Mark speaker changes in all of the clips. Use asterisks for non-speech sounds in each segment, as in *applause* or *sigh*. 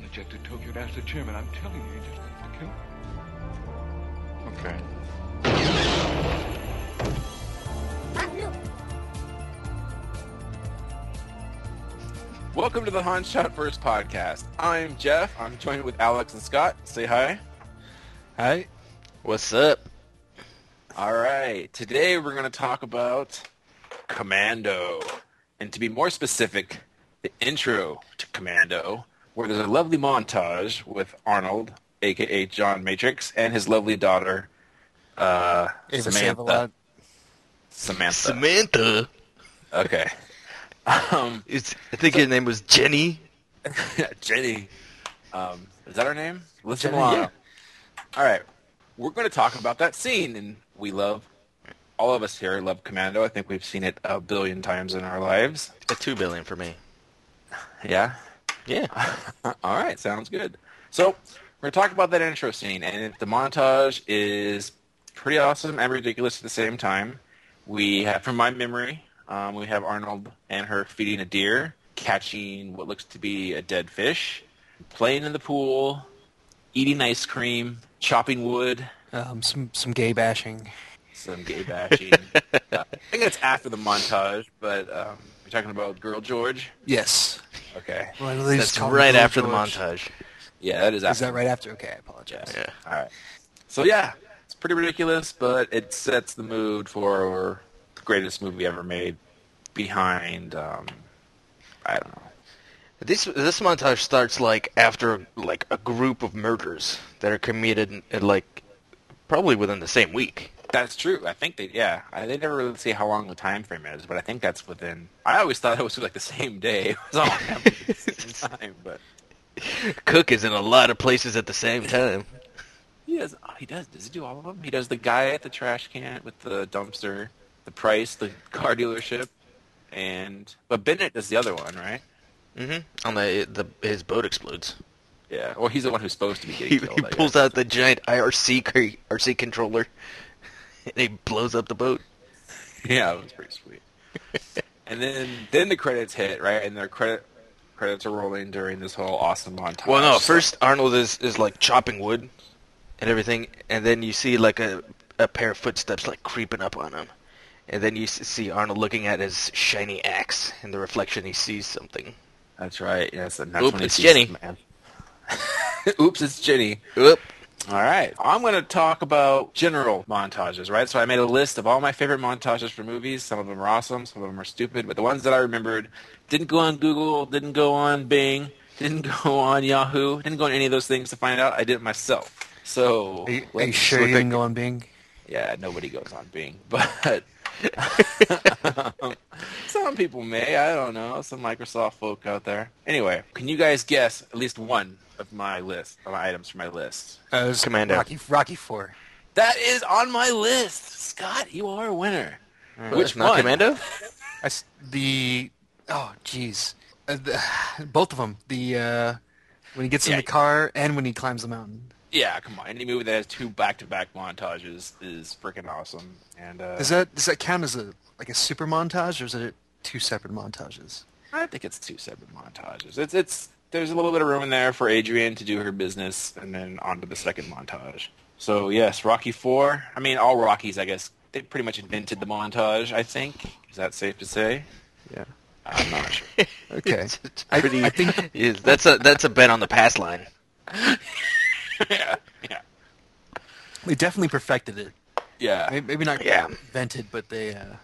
Speaker 1: project in Tokyo to ask the chairman. I'm telling you, he just wants to kill me.
Speaker 2: Okay. Welcome to the Han Shot First podcast. I'm Jeff. I'm joined with Alex and Scott. Say hi.
Speaker 3: Hi.
Speaker 4: What's up?
Speaker 2: All right. Today we're going to talk about Commando. And to be more specific, the intro to Commando, where there's a lovely montage with Arnold, aka John Matrix, and his lovely daughter, uh, Samantha. Samantha.
Speaker 4: Samantha.
Speaker 2: Okay. Um,
Speaker 4: It's, I think her name was Jenny.
Speaker 2: *laughs* Jenny. Um, is that her name? Listen
Speaker 4: Jenny, yeah.
Speaker 2: All right. We're going to talk about that scene, and we love, all of us here love Commando. I think we've seen it a billion times in our lives.
Speaker 4: A two billion for me.
Speaker 2: Yeah.
Speaker 4: Yeah.
Speaker 2: *laughs* All right. Sounds good. So we're going to talk about that intro scene, and the montage is pretty awesome and ridiculous at the same time. We have, from my memory, um, we have Arnold and her feeding a deer, catching what looks to be a dead fish, playing in the pool, eating ice cream, chopping wood,
Speaker 3: Um, some some gay bashing.
Speaker 2: some gay bashing. Uh, I think that's after the montage, but um, we're talking about Girl George.
Speaker 3: Yes.
Speaker 2: Okay.
Speaker 3: Well, at least
Speaker 4: That's
Speaker 3: call
Speaker 4: right
Speaker 3: Girl
Speaker 4: after the
Speaker 3: George.
Speaker 4: montage.
Speaker 2: Yeah, that is after.
Speaker 3: Is that right after? Okay, I apologize.
Speaker 4: Yeah.
Speaker 2: All right. So yeah, it's pretty ridiculous, but it sets the mood for the greatest movie ever made. Behind, um, I don't know.
Speaker 4: This this montage starts like after like a group of murders that are committed in, like probably within the same *laughs* week.
Speaker 2: That's true. I think they yeah. I, they never really say how long the time frame is, but I think that's within. I always thought it was like the same day. *laughs* It was all happening at the same time, but
Speaker 4: Cook is in a lot of places at the same time.
Speaker 2: he does. Oh, he does. Does he do all of them? He does the guy at the trash can with the dumpster, the price, the car dealership, and but Bennett does the other one, right?
Speaker 4: hmm On the the his boat explodes.
Speaker 2: Yeah. Well, he's the one who's supposed to be
Speaker 4: He,
Speaker 2: getting killed.
Speaker 4: he
Speaker 2: I
Speaker 4: pulls
Speaker 2: guess.
Speaker 4: out the giant IRC cre- RC controller *laughs* and he blows up the boat.
Speaker 2: Yeah, it was pretty sweet. and then then the credits hit, right? And their credit credits are rolling during this whole awesome montage.
Speaker 4: Well, no.
Speaker 2: So-
Speaker 4: First, Arnold is, is like chopping wood and everything, and then you see like a a pair of footsteps like creeping up on him, and then you s- see Arnold looking at his shiny axe. In the reflection, he sees something.
Speaker 2: that's right. Yes, and that's
Speaker 4: Oop,
Speaker 2: when he
Speaker 4: it's
Speaker 2: sees
Speaker 4: Jenny.
Speaker 2: the Man. *laughs* Oops, it's Jenny.
Speaker 4: Oop.
Speaker 2: All right, I'm going to talk about general montages, right? So I made a list of all my favorite montages for movies. Some of them are awesome, some of them are stupid, but the ones that I remembered didn't go on Google, didn't go on Bing, didn't go on Yahoo, didn't go on any of those things to find out. I did it myself. So
Speaker 3: Are you, are you
Speaker 2: let's
Speaker 3: sure
Speaker 2: look
Speaker 3: you
Speaker 2: at-
Speaker 3: didn't go on Bing?
Speaker 2: Yeah, nobody goes on Bing, *laughs* but some people may. I don't know. Some Microsoft folk out there. Anyway, can you guys guess at least one of my list of my items for my list?
Speaker 3: Uh, it was
Speaker 4: Commando.
Speaker 3: Rocky Rocky Four.
Speaker 2: That is on my list, Scott. You are a winner.
Speaker 4: Which not
Speaker 2: one?
Speaker 4: Commando?
Speaker 3: I s the oh jeez, uh, the- *sighs* both of them. The uh, when he gets
Speaker 2: Yeah.
Speaker 3: in the car and when he climbs the mountain.
Speaker 2: *laughs* Yeah, come on. Any movie that has two back-to-back montages is freaking awesome. And uh,
Speaker 3: Is that does that count as a like a super montage or is it two separate montages?
Speaker 2: I think it's two separate montages. It's it's there's a little bit of room in there for Adrian to do her business and then on to the second montage. So yes, Rocky Four. I mean, all Rockies, I guess they pretty much invented the montage. I think is that safe to say?
Speaker 3: Yeah.
Speaker 2: I'm not sure.
Speaker 3: *laughs* Okay.
Speaker 4: *laughs* It's
Speaker 3: I-
Speaker 4: pretty.
Speaker 3: I think-
Speaker 4: *laughs* Yeah, that's a that's a bet on the pass line.
Speaker 2: yeah, yeah,
Speaker 3: they definitely perfected it.
Speaker 2: yeah.
Speaker 3: May- Maybe not
Speaker 4: Yeah.
Speaker 3: invented, but they uh,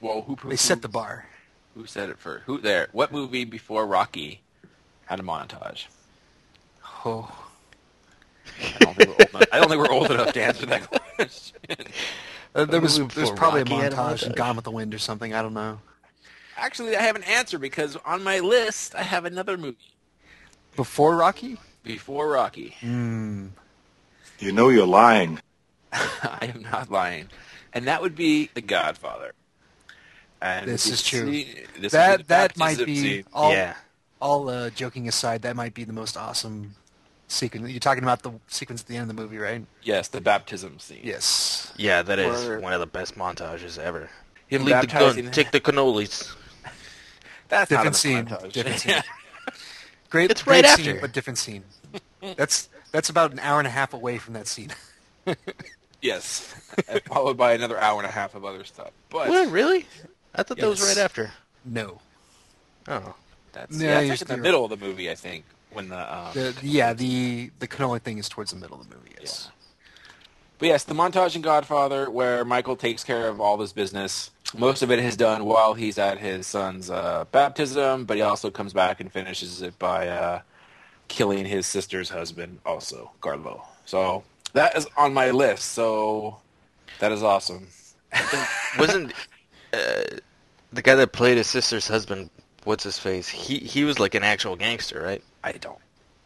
Speaker 2: well, who,
Speaker 3: they set the bar.
Speaker 2: who said it first? Who there? What movie before Rocky had a montage?
Speaker 3: Oh.
Speaker 2: I don't think we're old enough, I don't think we're old enough to answer that *laughs* question.
Speaker 3: Uh, there was
Speaker 4: movie
Speaker 3: there was
Speaker 4: before
Speaker 3: probably
Speaker 4: Rocky
Speaker 3: a
Speaker 4: had a
Speaker 3: montage in
Speaker 4: montage.
Speaker 3: Gone with the Wind or something. I don't know.
Speaker 2: Actually, I have an answer because on my list I have another movie
Speaker 3: Before Rocky,
Speaker 2: before Rocky.
Speaker 5: Hmm. You know you're lying.
Speaker 2: *laughs* I am not lying. And that would be The Godfather. And
Speaker 3: This
Speaker 2: you
Speaker 3: is true.
Speaker 2: see- this is the
Speaker 3: that that might
Speaker 2: baptism
Speaker 3: be
Speaker 2: scene.
Speaker 3: all.
Speaker 4: Yeah.
Speaker 3: All uh, joking aside, that might be the most awesome sequence. You're talking about the sequence at the end of the movie, right?
Speaker 2: Yes, the baptism scene.
Speaker 3: Yes.
Speaker 4: Yeah, that is
Speaker 2: Word.
Speaker 4: one of the best montages ever.
Speaker 2: Him
Speaker 4: Leave the gun,
Speaker 2: baptizing-
Speaker 4: take the cannolis.
Speaker 2: That's not
Speaker 3: Different
Speaker 2: in the *laughs*
Speaker 3: scene.
Speaker 2: montage.
Speaker 3: Different scene. Great,
Speaker 4: It's right
Speaker 3: great
Speaker 4: after.
Speaker 3: scene, but different scene. that's that's about an hour and a half away from that scene. *laughs*
Speaker 2: Yes. And followed by another hour and a half of other stuff. But
Speaker 4: What, really? I thought that was
Speaker 3: Yes.
Speaker 4: right after.
Speaker 3: No.
Speaker 4: Oh.
Speaker 2: that's,
Speaker 3: Yeah,
Speaker 2: yeah, that's
Speaker 3: you're
Speaker 2: like in
Speaker 3: still-
Speaker 2: the middle of the movie, I think, when the, um,
Speaker 3: The, yeah, the the cannoli thing is towards the middle of the movie. Yes.
Speaker 2: But yes, the montage in Godfather where Michael takes care of all this business. Most of it is done while he's at his son's uh, baptism, but he also comes back and finishes it by uh, killing his sister's husband, also Carlo. So that is on my list. So that is awesome.
Speaker 4: Wasn't uh, the guy that played his sister's husband, what's his face? He he was like an actual gangster, right?
Speaker 2: I don't.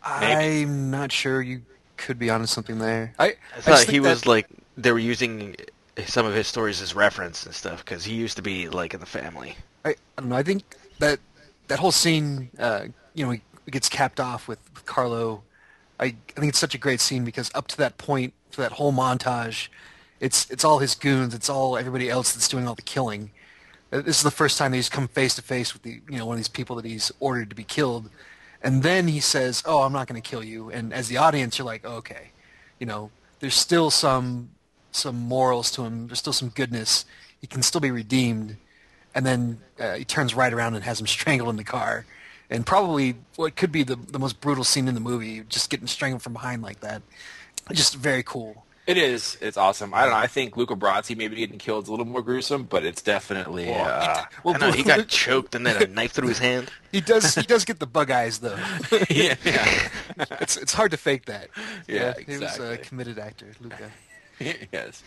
Speaker 3: I'm not sure. You could be onto something there. I,
Speaker 4: I
Speaker 3: just
Speaker 4: thought
Speaker 3: think
Speaker 4: he
Speaker 3: that-
Speaker 4: was like they were using some of his stories as reference and stuff because he used to be like in the family.
Speaker 3: I, I don't know. I think that that whole scene, uh, you know, it gets capped off with, with Carlo. I, I think it's such a great scene because up to that point, to that whole montage, it's it's all his goons, it's all everybody else that's doing all the killing. Uh, This is the first time that he's come face to face with the you know one of these people that he's ordered to be killed, and then he says, "Oh, I'm not going to kill you." And as the audience, you're like, "Okay," you know, there's still some some morals to him. There's still some goodness. He can still be redeemed and then uh, he turns right around and has him *laughs* strangled in the car. And probably what could be the, the most brutal scene in the movie, just getting strangled from behind like that. Just very cool.
Speaker 2: It is. It's awesome. I don't know. I think Luca Brasi maybe getting killed is a little more gruesome, but it's definitely. Uh,
Speaker 3: Well,
Speaker 4: I know he got choked and then a knife through his hand.
Speaker 3: *laughs* he does he does get the bug eyes
Speaker 4: *laughs*
Speaker 3: though.
Speaker 2: *laughs* yeah. uh, yeah.
Speaker 3: it's it's hard to fake that.
Speaker 2: Yeah,
Speaker 3: he was a
Speaker 2: exactly.
Speaker 3: committed actor, Luca.
Speaker 2: *laughs* yes.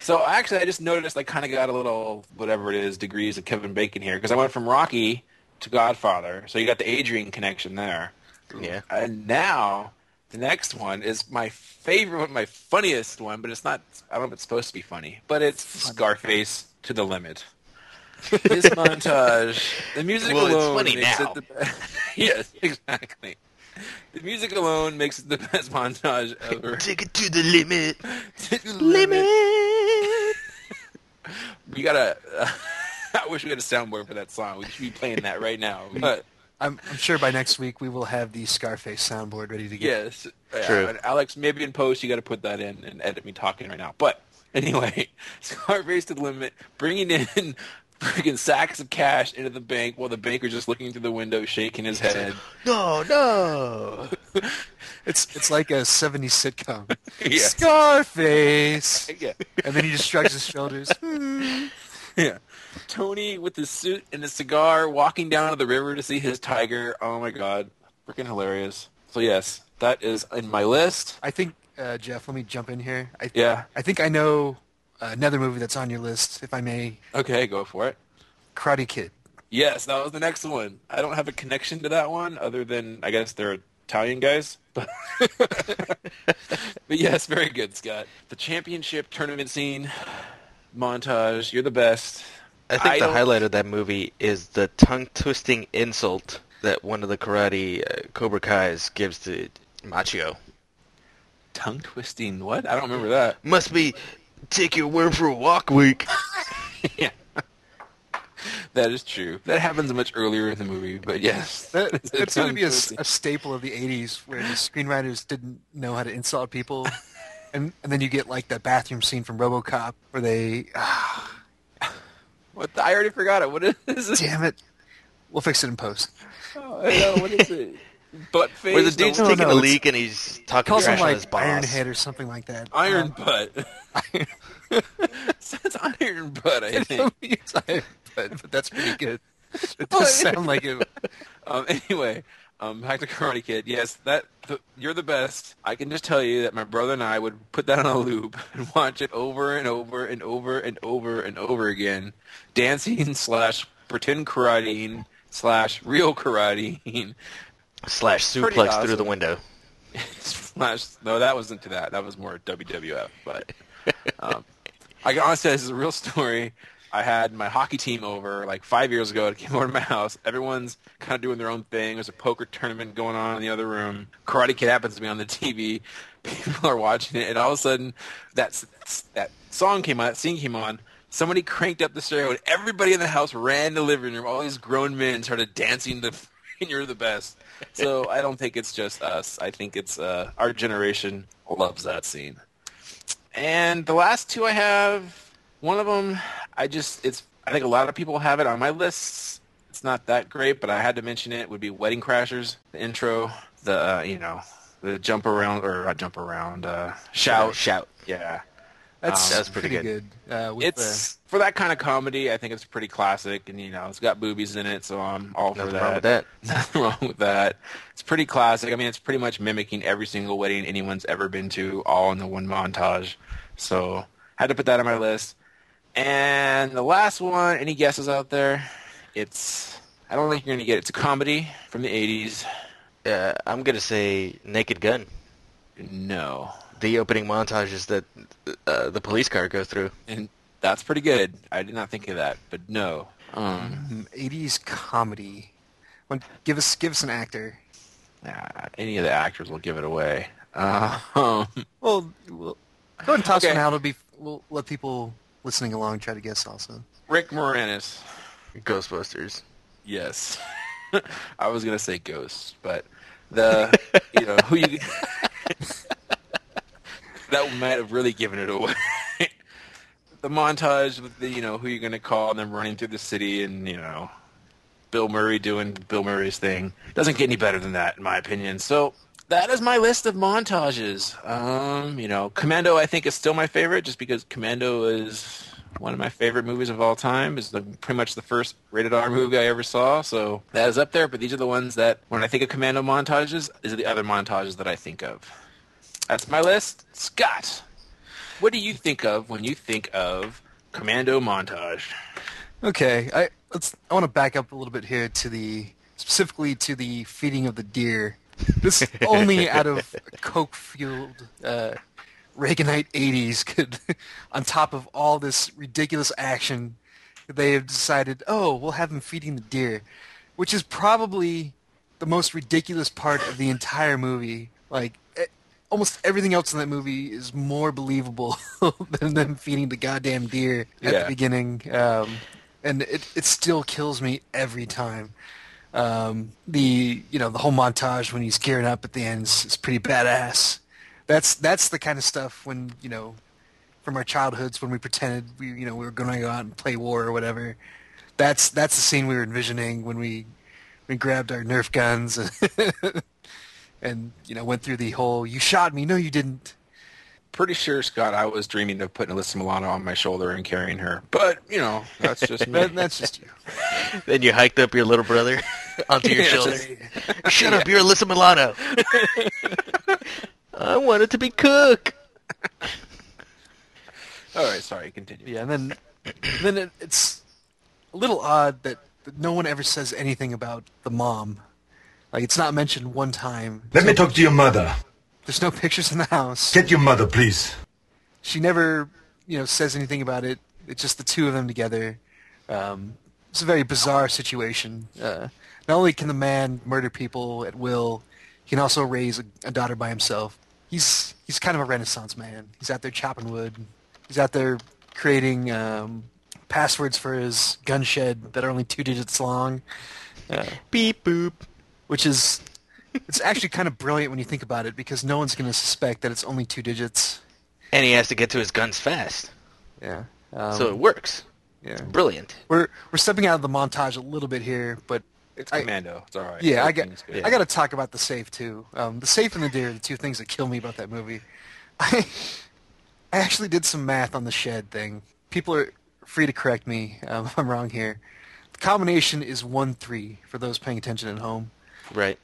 Speaker 2: So actually, I just noticed I kind of got a little whatever it is degrees of Kevin Bacon here because I went from Rocky to Godfather. So you got the Adrian connection there.
Speaker 4: Yeah.
Speaker 2: And now the next one is my favorite, one, my funniest one, but it's not. I don't know if it's supposed to be funny, but it's Scarface to the
Speaker 4: *laughs*
Speaker 2: limit. this montage, the music
Speaker 4: Well, it's
Speaker 2: alone
Speaker 4: funny
Speaker 2: makes
Speaker 4: now.
Speaker 2: it the best. *laughs* yes, exactly. The music alone makes it the best montage ever.
Speaker 4: Take it to the limit.
Speaker 2: Limit. we gotta. Uh, *laughs* I wish we had a soundboard for that song. We should be playing that right now. But
Speaker 3: I'm, I'm sure by next week we will have the Scarface soundboard ready to go.
Speaker 2: yes, yeah,
Speaker 4: True.
Speaker 2: and Alex, maybe in post you got to put that in and edit me talking right now. But anyway, *laughs* Scarface to the limit, bringing in *laughs* freaking sacks of cash into the bank while the banker's just looking through the window, shaking his head.
Speaker 4: No, no.
Speaker 3: It's it's like a '70s
Speaker 4: *laughs*
Speaker 3: sitcom.
Speaker 2: Yes.
Speaker 3: Scarface,
Speaker 2: yeah.
Speaker 3: and then he just shrugs his shoulders. Hmm.
Speaker 2: Yeah. Tony with his suit and his cigar walking down to the river to see his tiger. Oh my god. Freaking hilarious. So yes, that is in my list.
Speaker 3: I think uh, Jeff, let me jump in here. I,
Speaker 2: Yeah.
Speaker 3: I think I know another movie that's on your list, if I may.
Speaker 2: Okay, go for it.
Speaker 3: Karate Kid.
Speaker 2: Yes, that was the next one. I don't have a connection to that one other than I guess they're Italian guys. *laughs* But, but yes, very good, Scott. The championship tournament scene montage. You're the best.
Speaker 4: I think
Speaker 2: I
Speaker 4: the
Speaker 2: don't-
Speaker 4: highlight of that movie is the tongue-twisting insult that one of the karate uh, Cobra Kai's gives to Machio.
Speaker 2: Tongue twisting. What? I don't remember that.
Speaker 4: Must be take your worm for a walk week.
Speaker 2: yeah. *laughs* That is true. That happens much earlier in the movie, but yes. *laughs*
Speaker 3: That, that's going to be a, s-
Speaker 2: Tongue-twisting.
Speaker 3: a staple of the 80s where the screenwriters didn't know how to
Speaker 2: *laughs*
Speaker 3: insult people. And, and then you get like that bathroom scene from RoboCop where they, ah,
Speaker 2: What the, I already forgot it. What is *laughs* this?
Speaker 3: damn it, we'll fix it in post.
Speaker 2: Oh, I know, what is it? Butt face.
Speaker 4: Where the dude's
Speaker 2: no,
Speaker 4: taking
Speaker 3: no,
Speaker 4: a
Speaker 3: it's-
Speaker 4: leak and he's talking
Speaker 3: Call
Speaker 4: trash
Speaker 3: him
Speaker 4: on his
Speaker 3: like
Speaker 4: boss.
Speaker 3: Ironhead or something like that.
Speaker 2: Iron
Speaker 3: Um,
Speaker 2: butt. *laughs* That's iron butt, I think.
Speaker 3: *laughs* it's Iron Butt, Um, but that's pretty
Speaker 2: *laughs*
Speaker 3: good. It does sound like it.
Speaker 2: Um, anyway, um, back to Karate Kid. Yes, that th- you're the best. I can just tell you that my brother and I would put that on a loop *laughs* and watch it over and over and over and over and over again, dancing *laughs* slash pretend karateing slash real karateing *laughs*
Speaker 4: Slash
Speaker 2: Pretty
Speaker 4: suplex through
Speaker 2: awesome.
Speaker 4: the window.
Speaker 2: slash. No, that wasn't to that. That was more WWF. But um, I can honestly say this is a real story. I had my hockey team over like five years ago. It *laughs* came over to my house. Everyone's kind of doing their own thing. There's a poker tournament going on in the other room. Karate Kid happens to be on the *laughs* TV. People are watching it, and all of a sudden, that s- that song came on. That scene came on. Somebody cranked up the stereo, and everybody in the house ran to the living room. All these grown men started dancing the *laughs* "You're the Best." so I don't think it's just us. I think it's uh, our generation loves that scene. And the last two I have, one of them, I just it's I think a lot of people have it on my lists. It's not that great, but I had to mention it. Would be Wedding Crashers, the intro, the uh, you know, the jump around or not jump around, uh, shout,
Speaker 4: Shout.
Speaker 2: yeah.
Speaker 3: Um, That's
Speaker 4: that was pretty
Speaker 3: good. Uh, with
Speaker 2: It's for that kind of comedy. I think it's pretty classic, and you know, it's got boobies in it, so I'm all for
Speaker 4: Nothing
Speaker 2: that.
Speaker 4: wrong with that.
Speaker 2: Nothing *laughs* wrong with that. It's pretty classic. I mean, it's pretty much mimicking every single wedding anyone's ever been to, all in the one montage. So had to put that on my list. And the last one, any guesses out there? It's I don't think you're gonna get it. It's a comedy from the '80s.
Speaker 4: Uh, I'm gonna say Naked Gun.
Speaker 2: No,
Speaker 4: The opening montages that uh, the police car goes through.
Speaker 2: and that's pretty good. I did not think of that, but no. Um,
Speaker 3: the, mm, 80s comedy. One- give us give us an actor.
Speaker 2: nah, any of the actors will give it away. *laughs* Uh,
Speaker 3: Well, we'll go ahead and toss
Speaker 2: Okay.
Speaker 3: one out. It'll be we'll let people listening along try to guess also.
Speaker 2: Rick Moranis.
Speaker 4: Ghostbusters.
Speaker 2: Yes. *laughs* I was gonna say ghosts, but the you know who you *laughs* that might have really given it away. *laughs* the montage with the you know who you're gonna call and them running through the city and you know Bill Murray doing Bill Murray's thing doesn't get any better than that in my opinion. So that is my list of montages. Um, you know, Commando I think is still my favorite just because Commando is one of my favorite movies of all time. Is the, pretty much the first rated R movie I ever saw, so that is up there. But these are the ones that when I think of Commando montages, these are the other montages that I think of. That's my list. Scott, what do you think of when you think of Commando montage?
Speaker 3: Okay, I let's. I want to back up a little bit here to the specifically to the feeding of the deer. This only out *laughs* of coke-fueled uh, Reaganite '80s could, *laughs* on top of all this ridiculous action, they have decided, oh, we'll have him feeding the deer, which is probably the most ridiculous part of the entire movie. Like. eh, Almost everything else in that movie is more believable *laughs* than them feeding the goddamn deer at
Speaker 2: Yeah.
Speaker 3: the beginning, um, and it, it still kills me every time. Um, the you know the whole montage when he's gearing up at the end is, is pretty badass. That's that's the kind of stuff when you know from our childhoods when we pretended we you know we were going to go out and play war or whatever. That's that's the scene we were envisioning when we we grabbed our Nerf guns *laughs* and, and you know went through the whole "you shot me, no you didn't."
Speaker 2: Pretty sure, Scott, I was dreaming of putting Alyssa Milano on my shoulder and carrying her. But, you know, that's just me.
Speaker 3: *laughs* That, that's just you.
Speaker 4: Then you hiked up your little brother *laughs* onto your
Speaker 2: Yeah,
Speaker 4: shoulder. Shut up, you're Alyssa Milano. I wanted to be cook.
Speaker 2: All right, sorry, continue.
Speaker 3: Yeah, and then *coughs* then it, it's a little odd that, that no one ever says anything about the mom. Like it's not mentioned one time.
Speaker 5: Let me talk to your mother.
Speaker 3: There's no *laughs* pictures in the house.
Speaker 5: Get your mother, please.
Speaker 3: She never, you know, says anything about it. It's just the two of them together. Um, it's a very bizarre situation. Uh, not only can the man murder people at will, he can also raise a, a daughter by himself. He's he's kind of a renaissance man. He's out there chopping wood. He's out there creating um, passwords for his gun shed that are only two digits long,
Speaker 4: Beep boop.
Speaker 3: which is it's actually kind of brilliant when you think about it because no one's going to suspect that it's only two digits.
Speaker 4: And he has to get to his guns fast.
Speaker 3: Yeah. Um,
Speaker 4: so it works.
Speaker 3: yeah.
Speaker 4: Brilliant.
Speaker 3: we're we're stepping out of the montage a little bit here, but
Speaker 2: It's
Speaker 3: I-
Speaker 2: Commando. It's all right.
Speaker 3: yeah, I
Speaker 2: Everything's
Speaker 3: got
Speaker 2: good.
Speaker 3: I got to talk about the safe too. Um, the safe and the deer are the two things that kill me about that movie. *laughs* I I actually did some math on the shed thing. People are free to correct me um, *laughs* if I'm wrong here. The combination is one three for those paying attention at home.
Speaker 4: Right.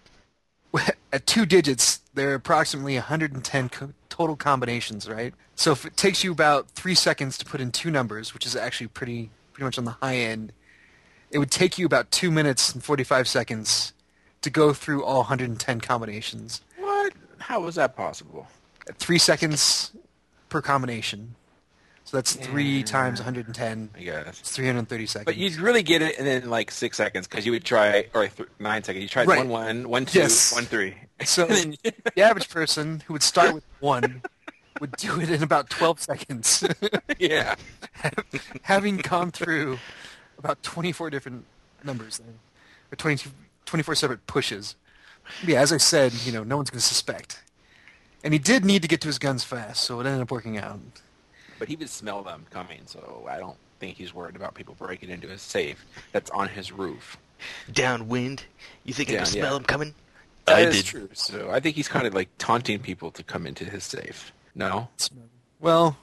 Speaker 3: At two digits, there are approximately 110 co- total combinations, right? So if it takes you about three seconds to put in two numbers, which is actually pretty pretty much on the high end, it would take you about two minutes and 45 seconds to go through all 110 combinations.
Speaker 2: What? How was that possible?
Speaker 3: Three seconds per combination. So that's three times 110.
Speaker 2: I guess.
Speaker 3: It's 330 seconds.
Speaker 2: But *laughs* you'd really get it in like six seconds because you would try, or th- nine seconds. You tried
Speaker 3: Right.
Speaker 2: one, one, one, two, one, three. *laughs*
Speaker 3: Yes. So the average person who would start with one would do it in about 12 seconds. *laughs*
Speaker 2: yeah.
Speaker 3: having gone through about 24 different numbers then, or 22, 24 separate pushes. yeah, as I said, you know, no one's going to suspect. And he did need to get to his guns fast, so it ended up working out.
Speaker 2: But he would smell them coming, so I don't think he's worried about people breaking into his safe that's on his roof.
Speaker 4: Downwind. You think I
Speaker 2: Down,
Speaker 4: can smell
Speaker 2: yeah.
Speaker 4: him coming?
Speaker 2: That
Speaker 4: I
Speaker 2: is
Speaker 4: did.
Speaker 2: true. So I think he's kind of like taunting people to come into his safe. No,
Speaker 3: Well,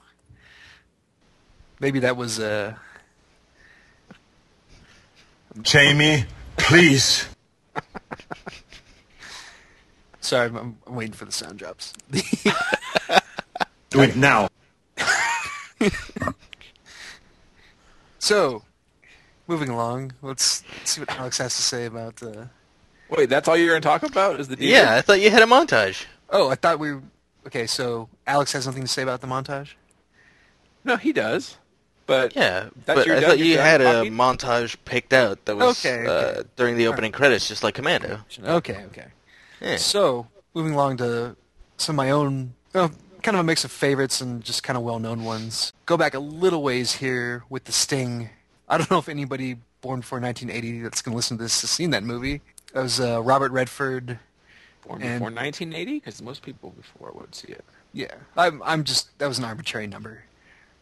Speaker 3: maybe that was uh,
Speaker 5: Jamie, please.
Speaker 3: sorry. I'm- I'm, I'm waiting for the sound drops. *laughs*
Speaker 5: Do it now.
Speaker 3: so, moving along, let's see what Alex has to say about. Uh,
Speaker 2: wait, that's all you're going to talk about is the deer?
Speaker 4: Yeah, I thought you had a montage.
Speaker 3: oh, I thought we. Okay, so Alex has nothing to say about the montage.
Speaker 2: No, he does. But
Speaker 4: Yeah,
Speaker 2: That's
Speaker 4: but
Speaker 2: your
Speaker 4: I
Speaker 2: dad-
Speaker 4: thought you
Speaker 2: your dad
Speaker 4: had a
Speaker 2: talking?
Speaker 4: montage picked out that was
Speaker 3: Okay,
Speaker 4: Uh,
Speaker 3: okay.
Speaker 4: during the opening credits, just like Commando.
Speaker 3: Okay, okay.
Speaker 4: Yeah.
Speaker 3: So, moving along to some of my own, uh, kind of a mix of favorites and just kind of well-known ones. Go back a little ways here with The Sting. I don't know if anybody born before 1980 that's going to listen to this has seen that movie. It was uh, Robert Redford.
Speaker 2: born
Speaker 3: And-
Speaker 2: before 1980, because most people before would see it.
Speaker 3: Yeah, I'm, I'm just, that was an arbitrary number.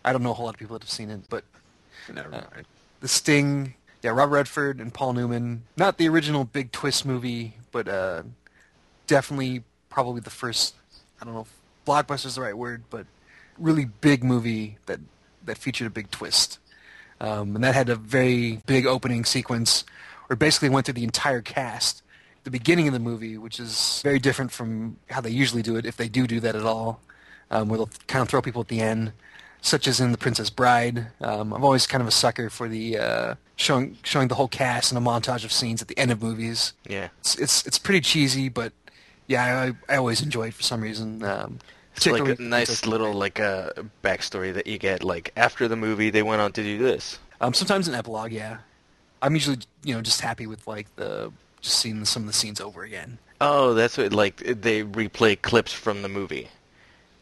Speaker 3: I don't know a whole lot of people that have seen it, but
Speaker 2: Never
Speaker 4: Uh,
Speaker 2: mind.
Speaker 3: The Sting, yeah, Robert Redford and Paul Newman. Not the original Big Twist movie, but uh, definitely probably the first. I don't know if blockbuster is the right word, but really big movie that that featured a big twist, um, and that had a very big opening sequence, where it basically went through the entire cast. at The beginning of the movie, which is very different from how they usually do it, if they do do that at all, um, where they'll kind of throw people at the end, such as in The Princess Bride. Um, I'm always kind of a sucker for the uh, showing showing the whole cast and a montage of scenes at the end of movies.
Speaker 4: Yeah.
Speaker 3: It's it's, it's pretty cheesy, but yeah, I, I always enjoy it for some reason. Um,
Speaker 4: It's like a
Speaker 3: particularly-
Speaker 4: nice little like uh, backstory that you get like after the movie they went on to do this.
Speaker 3: Um, sometimes an epilogue, yeah. I'm usually you know just happy with like the just seeing some of the scenes over again.
Speaker 4: Oh, that's what like they replay clips from the movie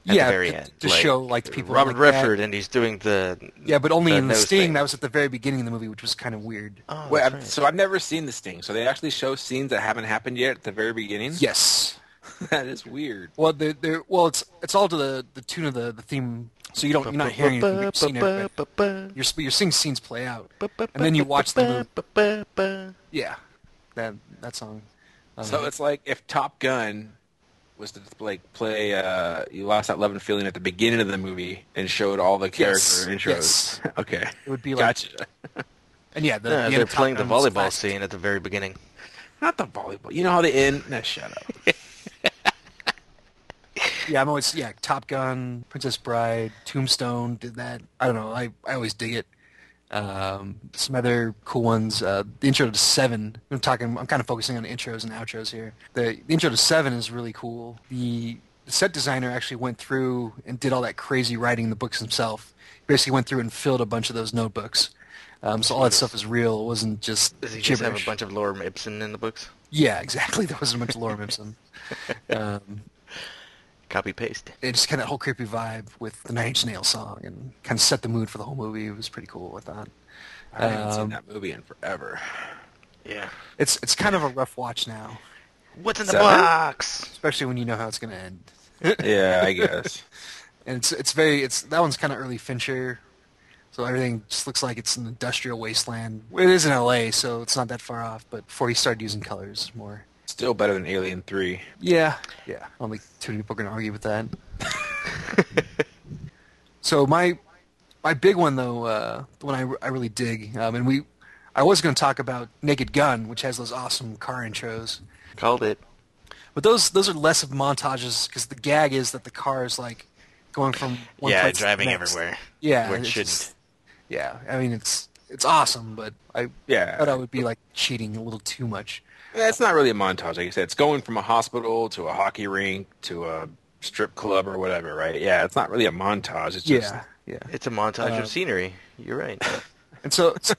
Speaker 4: at
Speaker 3: yeah,
Speaker 4: the very
Speaker 3: to,
Speaker 4: end.
Speaker 3: to show like the people
Speaker 4: Robert
Speaker 3: like that.
Speaker 4: Redford and he's doing the
Speaker 3: Yeah, but only
Speaker 4: the
Speaker 3: in the
Speaker 4: nose
Speaker 3: sting.
Speaker 4: thing.
Speaker 3: That was at the very beginning of the movie, which was kind of weird.
Speaker 4: Oh,
Speaker 2: Wait,
Speaker 4: that's
Speaker 2: I've-
Speaker 4: right.
Speaker 2: so I've never seen the Sting. So they actually show scenes that haven't happened yet at the very beginning.
Speaker 3: Yes,
Speaker 2: *laughs* that is weird.
Speaker 3: Well, they're, they're, well, it's it's all to the, the tune of the, the theme, so you don't you're not hearing anything. but You're seeing it, but you're sp- you're seeing scenes play out, and then you watch the movie. Yeah, that that song. Um,
Speaker 2: So
Speaker 4: Uh-huh.
Speaker 2: it's like if Top Gun was to like play uh, "You Lost That Love and Feeling" at the beginning of the movie and showed all the character
Speaker 3: Yes, *laughs*
Speaker 2: intros. *laughs* Okay,
Speaker 3: it would be like,
Speaker 2: gotcha.
Speaker 3: and yeah, the,
Speaker 4: No,
Speaker 3: the end
Speaker 4: they're
Speaker 3: of Top
Speaker 4: playing the
Speaker 3: Gun was
Speaker 4: volleyball
Speaker 3: classic.
Speaker 4: scene at the very beginning.
Speaker 2: Not the volleyball. You know how they end? No, shut up.
Speaker 3: Yeah, I'm always yeah. Top Gun, Princess Bride, Tombstone did that. I don't know. I, I always dig it. Um, some other cool ones. Uh, the intro to Seven. I'm talking. I'm kind of focusing on the intros and outros here. The, the intro to Seven is really cool. The set designer actually went through and did all that crazy writing in the books himself. He basically went through and filled a bunch of those notebooks. Um, so all that stuff is real. It wasn't just
Speaker 4: Does he
Speaker 3: gibberish.
Speaker 4: just have a bunch of Lorem Ipsum in the books?
Speaker 3: yeah, *laughs* exactly. There wasn't much Lorem Ipsum. Um,
Speaker 4: Copy paste.
Speaker 3: it just kind of that whole creepy vibe with the Nine Inch Nails song and kind of set the mood for the whole movie. It was pretty cool with that.
Speaker 2: I haven't seen
Speaker 3: Um,
Speaker 2: that movie in forever.
Speaker 4: Yeah.
Speaker 3: It's it's kind of a rough watch now,
Speaker 4: What's in the
Speaker 2: Seven?
Speaker 4: box?
Speaker 3: especially when you know how it's going to end.
Speaker 2: yeah,
Speaker 3: *laughs*
Speaker 2: I guess.
Speaker 3: And it's it's very it's that one's kind of early Fincher, so everything just looks like it's an industrial wasteland. It is in L.A., so it's not that far off. But before he started using colors more,
Speaker 2: Still better than Alien Three.
Speaker 3: yeah, yeah. I don't think too many people are going to argue with that. *laughs* So my my big one though, uh, the one I, re- I really dig, um, and we I was going to talk about Naked Gun, which has those awesome car intros,
Speaker 4: Called it.
Speaker 3: but those those are less of montages because the gag is that the car is like going from one
Speaker 4: yeah,
Speaker 3: place to the
Speaker 4: driving
Speaker 3: next.
Speaker 4: everywhere.
Speaker 3: Yeah,
Speaker 4: where it
Speaker 3: it's
Speaker 4: shouldn't.
Speaker 3: just- yeah, I mean it's it's awesome, but I
Speaker 2: Yeah.
Speaker 3: thought I would be like cheating a little too much.
Speaker 2: Yeah, it's not really a montage, like you said. It's going from a hospital to a hockey rink to a strip club or whatever, right? Yeah, it's not really a montage. It's just
Speaker 3: yeah, yeah.
Speaker 4: It's a montage of scenery. You're right.
Speaker 3: And so, so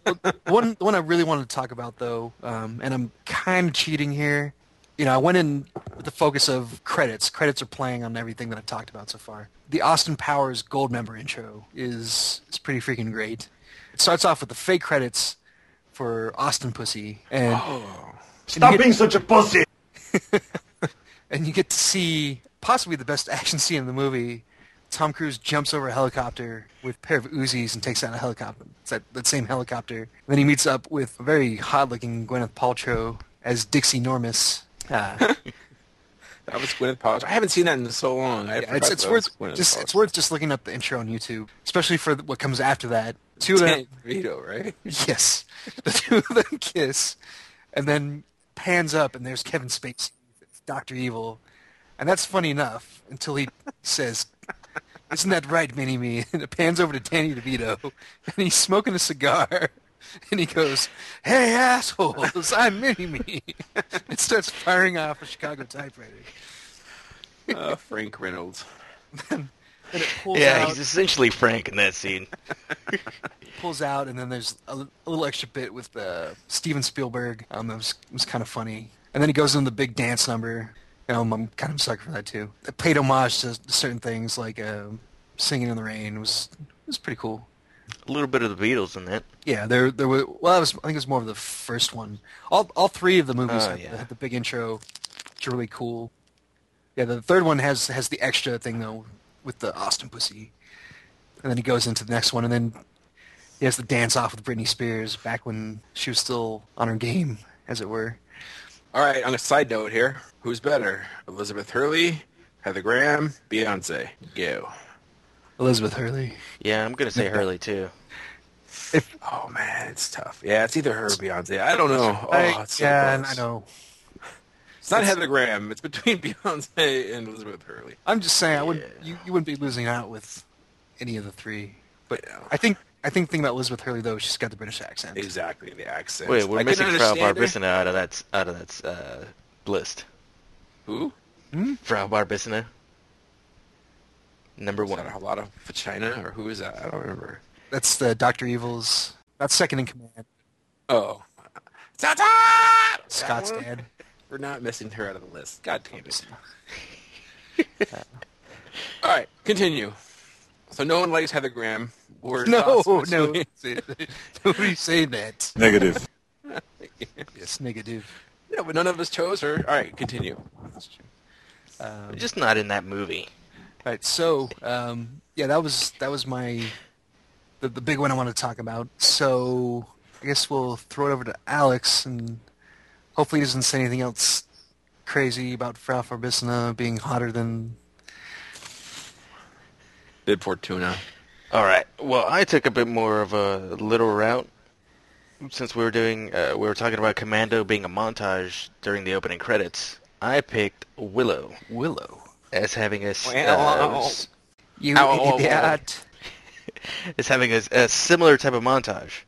Speaker 3: one the one I really wanted to talk about though, um, and I'm kind of cheating here. You know, I went in with the focus of credits. Credits are playing on everything that I've talked about so far. The Austin Powers Gold Member intro is is pretty freaking great. It starts off with the fake credits for Austin Pussy, and
Speaker 5: Stop
Speaker 3: you-
Speaker 5: being such a pussy.
Speaker 3: and you get to see possibly the best *laughs* action scene in the movie. Tom Cruise jumps over a helicopter with a pair of Uzis and takes down a helicopter. It's that, that same helicopter. And then he meets up with a very hot-looking Gwyneth Paltrow as Dixie Normus. Uh,
Speaker 2: That was Gwyneth Paltrow. I haven't seen that in so long. I
Speaker 3: yeah,
Speaker 2: forgot
Speaker 3: it's it's
Speaker 2: that
Speaker 3: worth
Speaker 2: was Gwyneth
Speaker 3: just it's
Speaker 2: Paltrow.
Speaker 3: worth just looking up the intro on YouTube, especially for the- what comes after that. Two of them,
Speaker 2: Dan Vito,
Speaker 3: *laughs*
Speaker 2: right?
Speaker 3: yes, the two of them kiss, and then pans up and there's Kevin Spacey, Doctor Evil, and that's funny enough until he *laughs* says, "Isn't that right, Mini Me?" *laughs* And it pans over to Danny DeVito, *laughs* and he's smoking a cigar. *laughs* And he goes, "Hey assholes, I'm Mini Me." *laughs* It starts firing off a Chicago typewriter,
Speaker 2: Uh, Frank Reynolds.
Speaker 3: and it pulls
Speaker 4: yeah,
Speaker 3: out.
Speaker 4: he's essentially Frank in that scene.
Speaker 3: pulls out, and then there's a, l- a little extra bit with uh, Steven Spielberg. Um, that was, was kind of funny. And then he goes into the big dance number. You know, I'm, I'm kind of a sucker for that too. It paid homage to certain things like um "Singing in the Rain" was was pretty cool.
Speaker 4: A little bit of the Beatles in that.
Speaker 3: Yeah, there there were well, that was I think it was more of the first one. All all three of the movies
Speaker 4: Oh,
Speaker 3: had,
Speaker 4: yeah.
Speaker 3: had the big intro, which are really cool. Yeah, the third one has has the extra thing though with the Austin Pussy, and then he goes into the next one, and then he has the dance off with Britney Spears back when she was still on her game, as it were.
Speaker 2: All right, on a side note here, who's better? Elizabeth Hurley, Heather Graham, Beyonce. Go.
Speaker 3: Elizabeth Hurley.
Speaker 4: Yeah, I'm gonna say Hurley too.
Speaker 2: Oh, man, it's tough. Yeah, it's either her or Beyonce. I don't know. Oh,
Speaker 3: I-
Speaker 2: it's so
Speaker 3: yeah, and
Speaker 2: close.
Speaker 3: I know.
Speaker 2: It's not Heather Graham. It's between *laughs* Beyonce and Elizabeth Hurley.
Speaker 3: I'm just saying I wouldn't you, you wouldn't be losing out with any of the three. But I think I think the thing about Elizabeth Hurley though, she's got the British accent.
Speaker 2: Exactly the accent.
Speaker 4: Wait, we're
Speaker 2: I
Speaker 4: missing
Speaker 2: couldn't
Speaker 4: Frau
Speaker 2: understand
Speaker 4: Barbissina out of that out of that uh, list.
Speaker 2: her. Who?
Speaker 4: Frau Barbissina, number
Speaker 2: Is
Speaker 4: one.
Speaker 2: that a lot of vagina or who is that? I don't remember.
Speaker 3: That's the Doctor Evil's. That's second in command.
Speaker 2: Oh, Ta-ta!
Speaker 3: Scott's
Speaker 2: That one?
Speaker 3: dad.
Speaker 2: We're not missing her out of the list. God damn it. All right, continue. So no one likes Heather Graham. We're
Speaker 3: *laughs* No,
Speaker 2: not-
Speaker 3: no. *laughs* Nobody say that.
Speaker 5: Negative.
Speaker 3: Yes, negative.
Speaker 2: *laughs* Yeah, but none of us chose her. All right, continue.
Speaker 4: Just not in that movie.
Speaker 3: All right, so um, yeah, that was that was my the, the big one I wanted to talk about. So I guess we'll throw it over to Alex, and hopefully he doesn't say anything else crazy about Frau Forbissina being hotter than.
Speaker 2: Bid Fortuna.
Speaker 4: All right. Well, I took a bit more of a literal route since we were doing uh, we were talking about Commando being a montage during the opening credits. I picked Willow
Speaker 3: Willow.
Speaker 4: as having a s-
Speaker 2: Willow.
Speaker 4: uh, s-
Speaker 3: You
Speaker 2: Ow, ow, ow, ow.
Speaker 3: idiot.
Speaker 4: is having a, a similar type of montage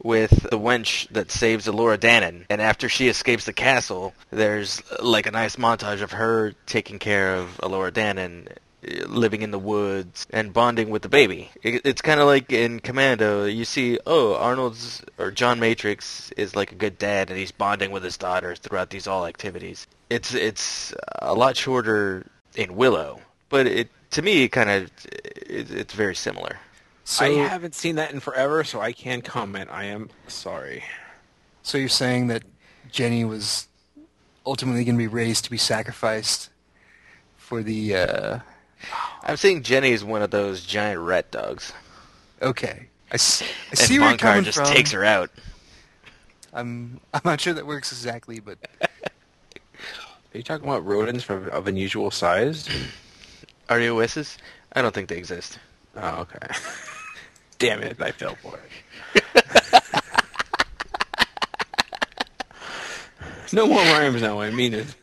Speaker 4: with the wench that saves Alora Dannon. And after she escapes the castle, there's uh, like a nice montage of her taking care of Alora Dannon, uh, living in the woods, and bonding with the baby. It, it's kind of like in Commando. You see, oh, Arnold's, or John Matrix is like a good dad, and he's bonding with his daughter throughout these all activities. It's, it's a lot shorter in Willow, but it, to me, it kind of, it, it's very similar.
Speaker 3: So,
Speaker 2: I haven't seen that in forever, so I can't comment. I am sorry.
Speaker 3: So you're saying that Jenny was ultimately going to be raised to be sacrificed for the uh
Speaker 4: I'm saying Jenny is one of those giant rat dogs.
Speaker 3: okay. I, s- I
Speaker 4: and
Speaker 3: see where you're
Speaker 4: Bonkar
Speaker 3: coming
Speaker 4: just
Speaker 3: from.
Speaker 4: takes her out.
Speaker 3: I'm I'm not sure that works exactly, but
Speaker 2: Are you talking about rodents from, of unusual size?
Speaker 4: Are you Wes's? I don't think they exist.
Speaker 2: Oh, okay. *laughs* Damn it, I fell for it. no more rhymes now, I mean it.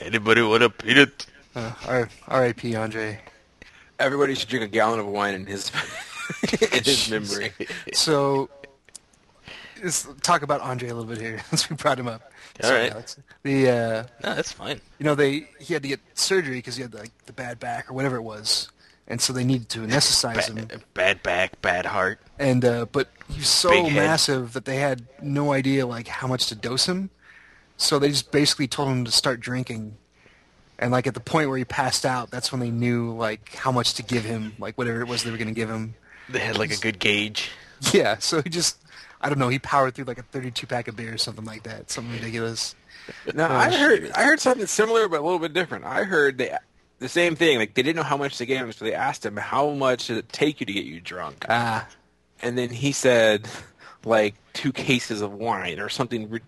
Speaker 4: Anybody want to beat it?
Speaker 3: uh, R- R.I.P. Andre.
Speaker 2: Everybody should drink a gallon of wine in his *laughs* in his memory.
Speaker 3: So let's talk about Andre a little bit here *laughs* since we brought him up.
Speaker 4: All
Speaker 3: Sorry,
Speaker 4: right.
Speaker 3: Alex. The uh,
Speaker 4: No, that's fine.
Speaker 3: you know they he had to get surgery because he had like the bad back or whatever it was, and so they needed to anesthetize him.
Speaker 4: Bad, Uh, bad back, bad heart.
Speaker 3: and uh, but he was so
Speaker 4: Big head.
Speaker 3: massive that they had no idea like how much to dose him. So they just basically told him to start drinking, and like at the point where he passed out, that's when they knew like how much to give him, like whatever it was they were going to give him. *laughs*
Speaker 4: They had like a good gauge.
Speaker 3: Yeah, so he just I don't know, he powered through like a 32 pack of beer or something like that, something ridiculous.
Speaker 2: Now I heard I heard something similar but a little bit different. I heard they the same thing. Like they didn't know how much the game was, so they asked him how much did it take you to get you drunk,
Speaker 3: Ah,
Speaker 2: and then he said like two cases of wine or something. ri-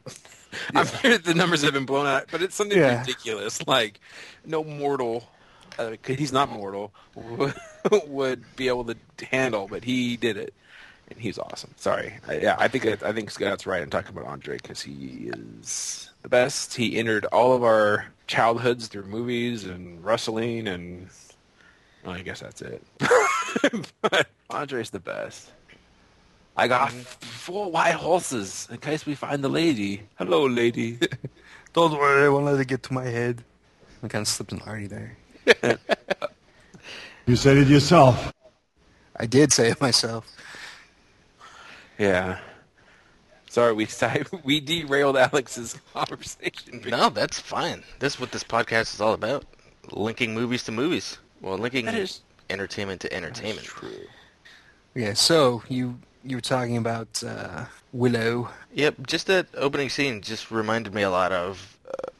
Speaker 2: I'm sure the numbers have been blown out, but it's something
Speaker 3: Yeah.
Speaker 2: ridiculous. Like no mortal, uh, 'cause he's not mortal, *laughs* would, would be able to handle. But he did it, and he's awesome. Sorry, I, yeah, I think I think Scott's right in talking about Andre because he is the best. He entered all of our childhoods through movies and wrestling, and well, I guess that's it. *laughs* but Andre's the best. I got f- four white horses in case we find the lady. Hello, lady.
Speaker 3: don't worry, I won't let it get to my head. I kind of slipped an Artie there.
Speaker 5: You said it yourself.
Speaker 3: I did say it myself.
Speaker 2: *laughs* yeah. Sorry, we *laughs* si- we derailed Alex's *laughs* conversation.
Speaker 4: No, that's fine. That's what this podcast is all about: linking movies to movies. Well, linking
Speaker 2: That is-
Speaker 4: entertainment to entertainment.
Speaker 2: True.
Speaker 3: Okay, so you you were talking about uh, Willow.
Speaker 4: Yep, just that opening scene just reminded me a lot of uh,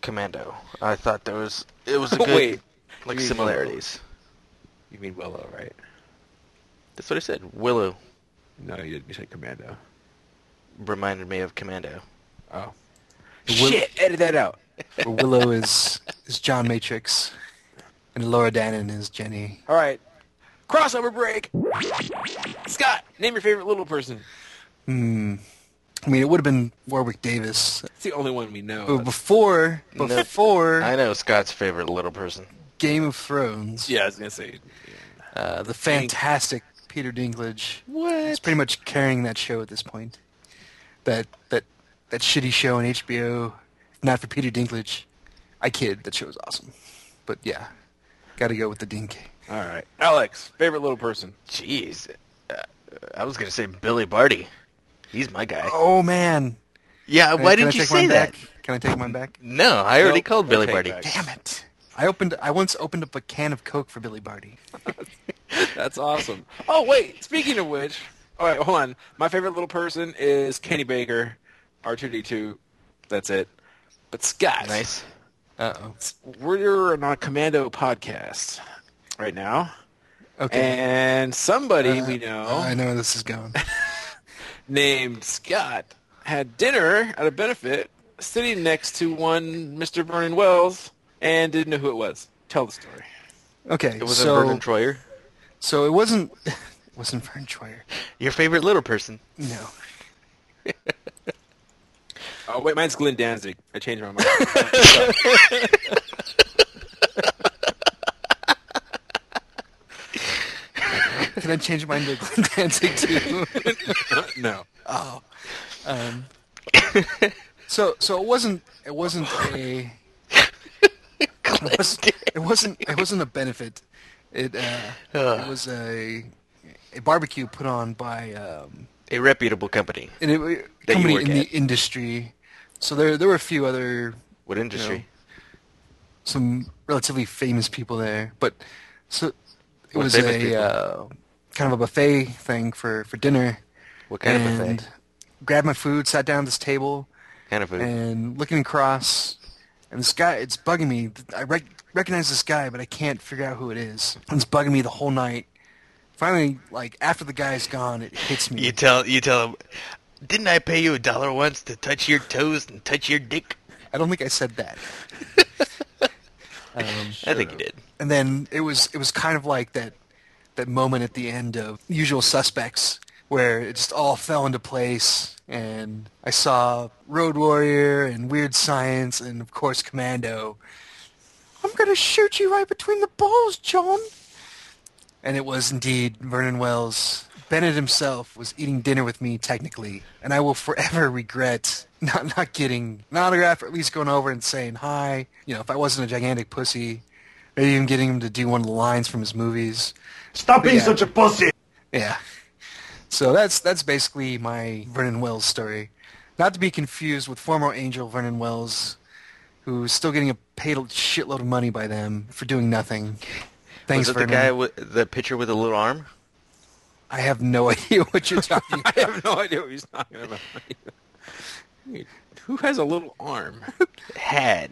Speaker 4: Commando. I thought there was
Speaker 2: *laughs*
Speaker 4: it was a good
Speaker 2: Wait,
Speaker 4: like
Speaker 2: you mean
Speaker 4: similarities.
Speaker 2: You mean Willow, right?
Speaker 4: That's what I said. Willow
Speaker 2: No, you didn't. You said Commando.
Speaker 4: reminded me of Commando.
Speaker 2: Oh. Shit, edit that out.
Speaker 3: Where Willow is is John Matrix, and Laura Dannon is Jenny.
Speaker 2: All right. Crossover break. Scott, name your favorite little person.
Speaker 3: I mean, it would have been Warwick Davis,
Speaker 2: It's the only one we know.
Speaker 3: but before before
Speaker 4: I know Scott's favorite little person.
Speaker 3: Game of Thrones,
Speaker 2: yeah, I was gonna say.
Speaker 3: uh, the fantastic Peter Dinklage is
Speaker 2: What?
Speaker 3: pretty much carrying that show at this point. That that that shitty show on HBO. If not for Peter Dinklage, I kid. That show is awesome, but yeah, got to go with the Dink.
Speaker 2: All right, Alex, favorite little person.
Speaker 4: Jeez, uh, I was gonna say Billy Barty. He's my guy.
Speaker 3: Oh man, Can
Speaker 4: yeah,
Speaker 3: I-
Speaker 4: why
Speaker 3: can I
Speaker 4: didn't you
Speaker 3: take mine
Speaker 4: say that?
Speaker 3: Back? Can I take mine back?
Speaker 4: No, I already
Speaker 2: Nope,
Speaker 4: called Billy
Speaker 2: okay,
Speaker 4: Barty.
Speaker 2: guys.
Speaker 3: Damn it! I opened. I once opened up a can of Coke for Billy Barty.
Speaker 2: That's awesome. Oh wait, speaking of which, all right, hold on. My favorite little person is Kenny Baker, R two D two. That's it. But Scott,
Speaker 4: Nice.
Speaker 3: Uh oh.
Speaker 2: we're on a Commando podcast right now,
Speaker 3: Okay.
Speaker 2: and somebody we
Speaker 3: I
Speaker 2: know
Speaker 3: know where this is going.
Speaker 2: named Scott had dinner at a benefit, sitting next to one Mr. Vernon Wells, and didn't know who it was. Tell the story.
Speaker 3: Okay.
Speaker 4: *laughs* It was a
Speaker 3: so
Speaker 4: Vernon Troyer.
Speaker 3: so it wasn't it wasn't Vernon Troyer.
Speaker 4: Your favorite little person.
Speaker 3: No.
Speaker 2: Oh wait, mine's Glenn Danzig. I changed my mind. *laughs*
Speaker 3: Can I change mine to Glenn Danzig
Speaker 4: *laughs*
Speaker 3: too?
Speaker 2: no.
Speaker 3: oh. Um. *laughs* So so it wasn't it wasn't a
Speaker 4: *laughs*
Speaker 3: it wasn't it wasn't, it wasn't a benefit. It uh, it was a a barbecue put on by um,
Speaker 4: A reputable company.
Speaker 3: and it,
Speaker 4: That you
Speaker 3: company
Speaker 4: work
Speaker 3: in the
Speaker 4: at.
Speaker 3: industry. So there there were a few other
Speaker 4: What industry?
Speaker 3: some relatively famous people there, but so it
Speaker 4: What
Speaker 3: was
Speaker 4: famous
Speaker 3: a
Speaker 4: people?
Speaker 3: uh, kind of a buffet thing for for dinner.
Speaker 4: What kind of
Speaker 3: and
Speaker 4: buffet?
Speaker 3: Grabbed my food, sat down at this table,
Speaker 4: Kind of food.
Speaker 3: and looking across, and this guy, it's bugging me. I rec- recognize this guy, but I can't figure out who it is. It's bugging me the whole night. Finally, like after the guy's gone, it hits me.
Speaker 4: *laughs* You tell you tell him. Didn't I pay you a dollar once to touch your toes and touch your dick?
Speaker 3: I don't think I said that.
Speaker 4: I think you did.
Speaker 3: and then it was it was kind of like that that moment at the end of Usual Suspects where it just all fell into place and I saw Road Warrior and Weird Science and of course Commando. I'm gonna shoot you right between the balls, John. And it was indeed Vernon Wells. Bennett himself was eating dinner with me technically, and I will forever *laughs* regret not not getting an autograph or at least going over and saying hi. You know, if I wasn't a gigantic pussy, maybe even getting him to do one of the lines from his movies.
Speaker 5: Stop being
Speaker 3: Yeah.
Speaker 5: such a pussy.
Speaker 3: Yeah. So that's that's basically my Vernon Wells story. Not to be confused with former Angel Vernon Wells, who's still getting a paid a shitload of money by them for doing nothing. Thanks,
Speaker 4: Was it the
Speaker 3: Vernon.
Speaker 4: guy with the pitcher with the little arm?
Speaker 3: I *laughs*
Speaker 4: *laughs*
Speaker 3: have no idea what you're talking
Speaker 2: I
Speaker 3: about.
Speaker 2: have no idea what he's talking about. who has a little arm?
Speaker 4: Had.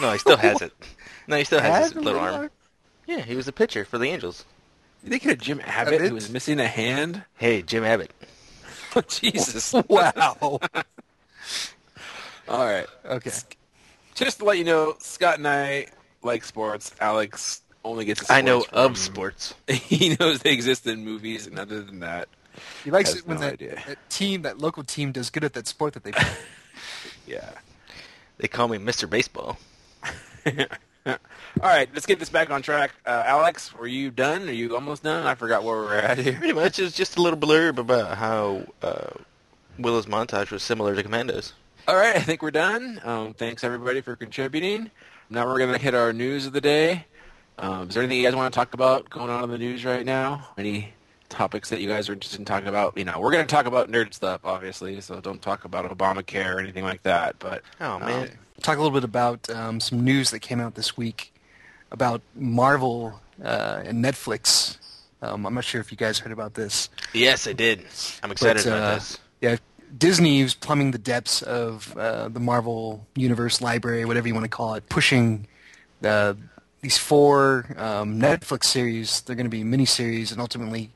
Speaker 4: No, he still has it. No, he still has
Speaker 2: Had
Speaker 4: his little arm. Yeah, he was a pitcher for the Angels.
Speaker 2: You think of Jim Abbott,
Speaker 3: Abbott?
Speaker 2: who was missing a hand? *laughs* Oh,
Speaker 4: Hey, Jim Abbott.
Speaker 2: Jesus.
Speaker 3: *laughs*
Speaker 2: *laughs*
Speaker 3: Wow.
Speaker 2: All right.
Speaker 3: Okay.
Speaker 2: Just to let you know, Scott and I like sports. Alex only gets sports
Speaker 4: I know
Speaker 2: from-
Speaker 4: of sports.
Speaker 2: *laughs* He knows they exist in movies, and other than that,
Speaker 3: He likes
Speaker 2: Has
Speaker 3: it when
Speaker 2: no
Speaker 3: that,
Speaker 2: idea.
Speaker 3: that team, that local team, does good at that sport that they play.
Speaker 2: yeah. *laughs*
Speaker 4: They call me Mr. Baseball.
Speaker 2: All right, let's get this back on track. Uh, Alex, were you done? Are you almost done? I forgot where we're at here.
Speaker 4: Pretty much, it's just a little blurb about how uh, Willow's montage was similar to Commandos.
Speaker 2: All right, I think we're done. Um, thanks everybody for contributing. Now we're gonna hit our news of the day. Um, is there anything you guys want to talk about going on in the news right now? Any topics that you guys are interested in talking about? You know, we're gonna talk about nerd stuff, obviously. So don't talk about Obamacare or anything like that. But um,
Speaker 4: Oh, man.
Speaker 3: Talk a little bit about um, some news that came out this week about Marvel uh, and Netflix. Um, I'm not sure if you guys heard about this.
Speaker 4: Yes, I did. I'm excited about this.
Speaker 3: uh, Yeah, Disney's plumbing the depths of uh, the Marvel Universe library, whatever you want to call it, pushing uh, these four um, Netflix series. They're going to be miniseries and ultimately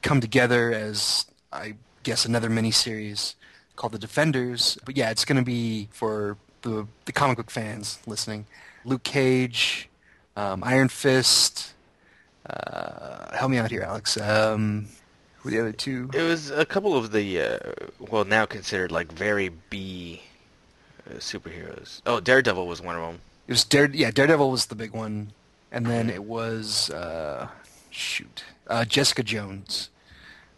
Speaker 3: come together as, I guess, another miniseries called The Defenders. But yeah, it's going to be for the, the comic book fans listening. Luke Cage, um, Iron Fist. Uh, help me out here, Alex. Um, who are the other two?
Speaker 4: It was a couple of the, uh, well, now considered like very B uh, superheroes. Oh, Daredevil was one of them.
Speaker 3: It was Dare. Yeah, Daredevil was the big one, and then it was uh, shoot uh, Jessica Jones.